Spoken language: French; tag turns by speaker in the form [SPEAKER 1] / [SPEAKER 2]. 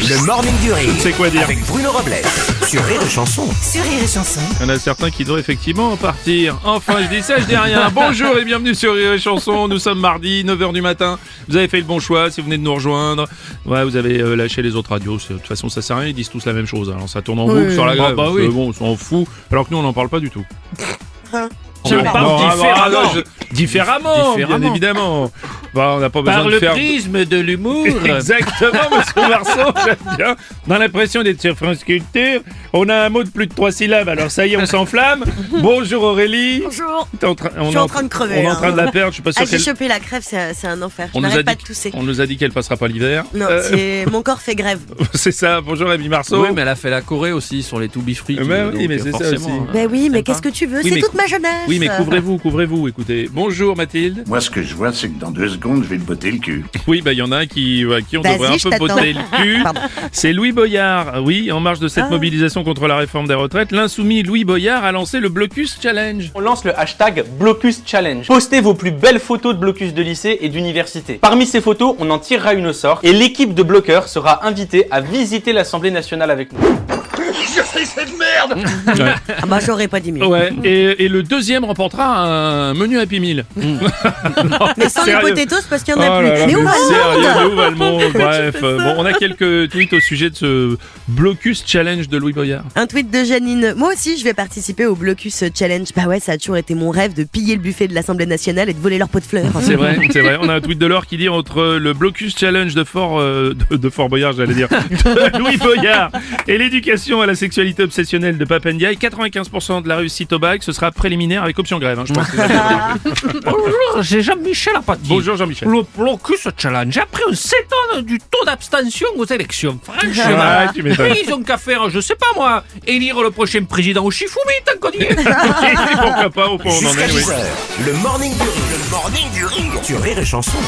[SPEAKER 1] Le morning du rire.
[SPEAKER 2] C'est quoi dire
[SPEAKER 1] Avec Bruno Robles. Sur Rire et Chanson.
[SPEAKER 3] sur Rire et Chanson.
[SPEAKER 2] Il y en a certains qui doivent effectivement partir. Enfin, je dis ça, je dis rien. Bonjour et bienvenue sur Rire et Chanson. Nous sommes mardi, 9h du matin. Vous avez fait le bon choix si vous venez de nous rejoindre. Ouais, vous avez euh, lâché les autres radios. C'est- De toute façon, ça sert à rien, ils disent tous la même chose. Alors ça tourne en boucle sur la grève.
[SPEAKER 4] bah oui.
[SPEAKER 2] Euh, Bon, on s'en fout. Alors que nous, on n'en parle pas du tout.
[SPEAKER 4] Je
[SPEAKER 2] Ouais.
[SPEAKER 4] parle
[SPEAKER 2] Bon, ah, bah, ah,
[SPEAKER 4] différemment.
[SPEAKER 2] non, je- Différemment, bien
[SPEAKER 4] Différemment.
[SPEAKER 2] évidemment. Bah, on n'a pas besoin
[SPEAKER 4] Par
[SPEAKER 2] de
[SPEAKER 4] le
[SPEAKER 2] faire...
[SPEAKER 4] prisme de l'humour.
[SPEAKER 2] Exactement, monsieur Marceau, j'aime bien. On a l'impression d'être sur France Culture. On a un mot de plus de trois syllabes, alors ça y est, on s'enflamme. Bonjour Aurélie.
[SPEAKER 5] Bonjour.
[SPEAKER 2] T'es en train- on
[SPEAKER 5] Je suis
[SPEAKER 2] est
[SPEAKER 5] en train de crever,
[SPEAKER 2] On est en
[SPEAKER 5] hein.
[SPEAKER 2] train de la perdre, je suis pas
[SPEAKER 5] Ah,
[SPEAKER 2] sûr
[SPEAKER 5] j'ai
[SPEAKER 2] qu'elle.
[SPEAKER 5] chopé la crève, c'est c'est un enfer. Je
[SPEAKER 2] On nous, a
[SPEAKER 5] n'arrête pas
[SPEAKER 2] dit,
[SPEAKER 5] de tousser.
[SPEAKER 2] on nous a dit qu'elle passera pas l'hiver.
[SPEAKER 5] Non,
[SPEAKER 2] Euh,
[SPEAKER 5] c'est mon corps fait grève.
[SPEAKER 2] c'est ça. Bonjour Rémi Marceau.
[SPEAKER 4] Oui, mais elle a fait la Corée aussi sur les To Be Free.
[SPEAKER 2] Euh, bah oui, mais c'est ça aussi.
[SPEAKER 4] hein.
[SPEAKER 5] Ben oui, mais qu'est-ce que tu veux
[SPEAKER 2] Oui, mais
[SPEAKER 5] C'est toute
[SPEAKER 2] cou-
[SPEAKER 5] ma jeunesse.
[SPEAKER 2] Oui, mais couvrez-vous, couvrez-vous. Écoutez, bonjour Mathilde.
[SPEAKER 6] Moi, ce que je vois, c'est que dans deux secondes, je vais te botter le cul.
[SPEAKER 2] Oui, bah il y en a un qui, à qui on
[SPEAKER 5] Vas-y,
[SPEAKER 2] devrait un
[SPEAKER 5] je
[SPEAKER 2] peu
[SPEAKER 5] t'attends.
[SPEAKER 2] botter le cul.
[SPEAKER 5] Pardon. Ah.
[SPEAKER 2] C'est Louis Boyard. Oui, en marge de cette mobilisation contre la réforme des retraites, l'insoumis Louis Boyard a lancé le Blocus Challenge.
[SPEAKER 7] On lance le hashtag Blocus Challenge. Postez vos plus belles photos de blocus de lycée et d'université. Parmi ces photos, on en tirera une au sort et l'équipe de bloqueurs sera invitée à visiter l'Assemblée nationale avec nous.
[SPEAKER 5] Ah, bah j'aurais pas dit mieux.
[SPEAKER 2] Ouais, et, et le deuxième remportera un menu Happy Meal.
[SPEAKER 5] mais sans les
[SPEAKER 2] sérieux.
[SPEAKER 5] potatoes parce qu'il y
[SPEAKER 2] Oh
[SPEAKER 5] en
[SPEAKER 2] là
[SPEAKER 5] a plus.
[SPEAKER 2] là,
[SPEAKER 5] mais où va le
[SPEAKER 2] sérieux, mais
[SPEAKER 5] monde
[SPEAKER 2] où va le monde Bref, euh, bon, on a quelques tweets au sujet de ce blocus challenge de Louis Boyard.
[SPEAKER 5] Un tweet de Janine. Moi aussi, je vais participer au Blocus Challenge. Bah ouais, ça a toujours été mon rêve de piller le buffet de l'Assemblée nationale et de voler leurs pots de fleurs.
[SPEAKER 2] C'est vrai, c'est vrai. On a un tweet de Laure qui dit entre le blocus challenge de Fort, euh, de, de Fort Boyard, j'allais dire, de Louis Boyard et l'éducation à la sexualité obsessionnelle de Papendia, 95% de la réussite au bac, ce sera préliminaire avec option grève. hein, je pense que c'est ça.
[SPEAKER 4] Bonjour, j'ai Jean-Michel Apathy.
[SPEAKER 2] Bonjour Jean-Michel.
[SPEAKER 4] Le blocus challenge. Après, on s'étonne du taux d'abstention aux élections. Franchement.
[SPEAKER 2] Ah, tu m'étonnes.
[SPEAKER 4] Ils ont qu'à faire, je sais pas moi, élire le prochain président au Chifoumi, tant qu'on y est.
[SPEAKER 2] Pourquoi pas au point où on en
[SPEAKER 1] Jusqu'à
[SPEAKER 2] est, oui.
[SPEAKER 1] 10h. Le morning du rire. Le morning du rire. Sur Rire et Chanson.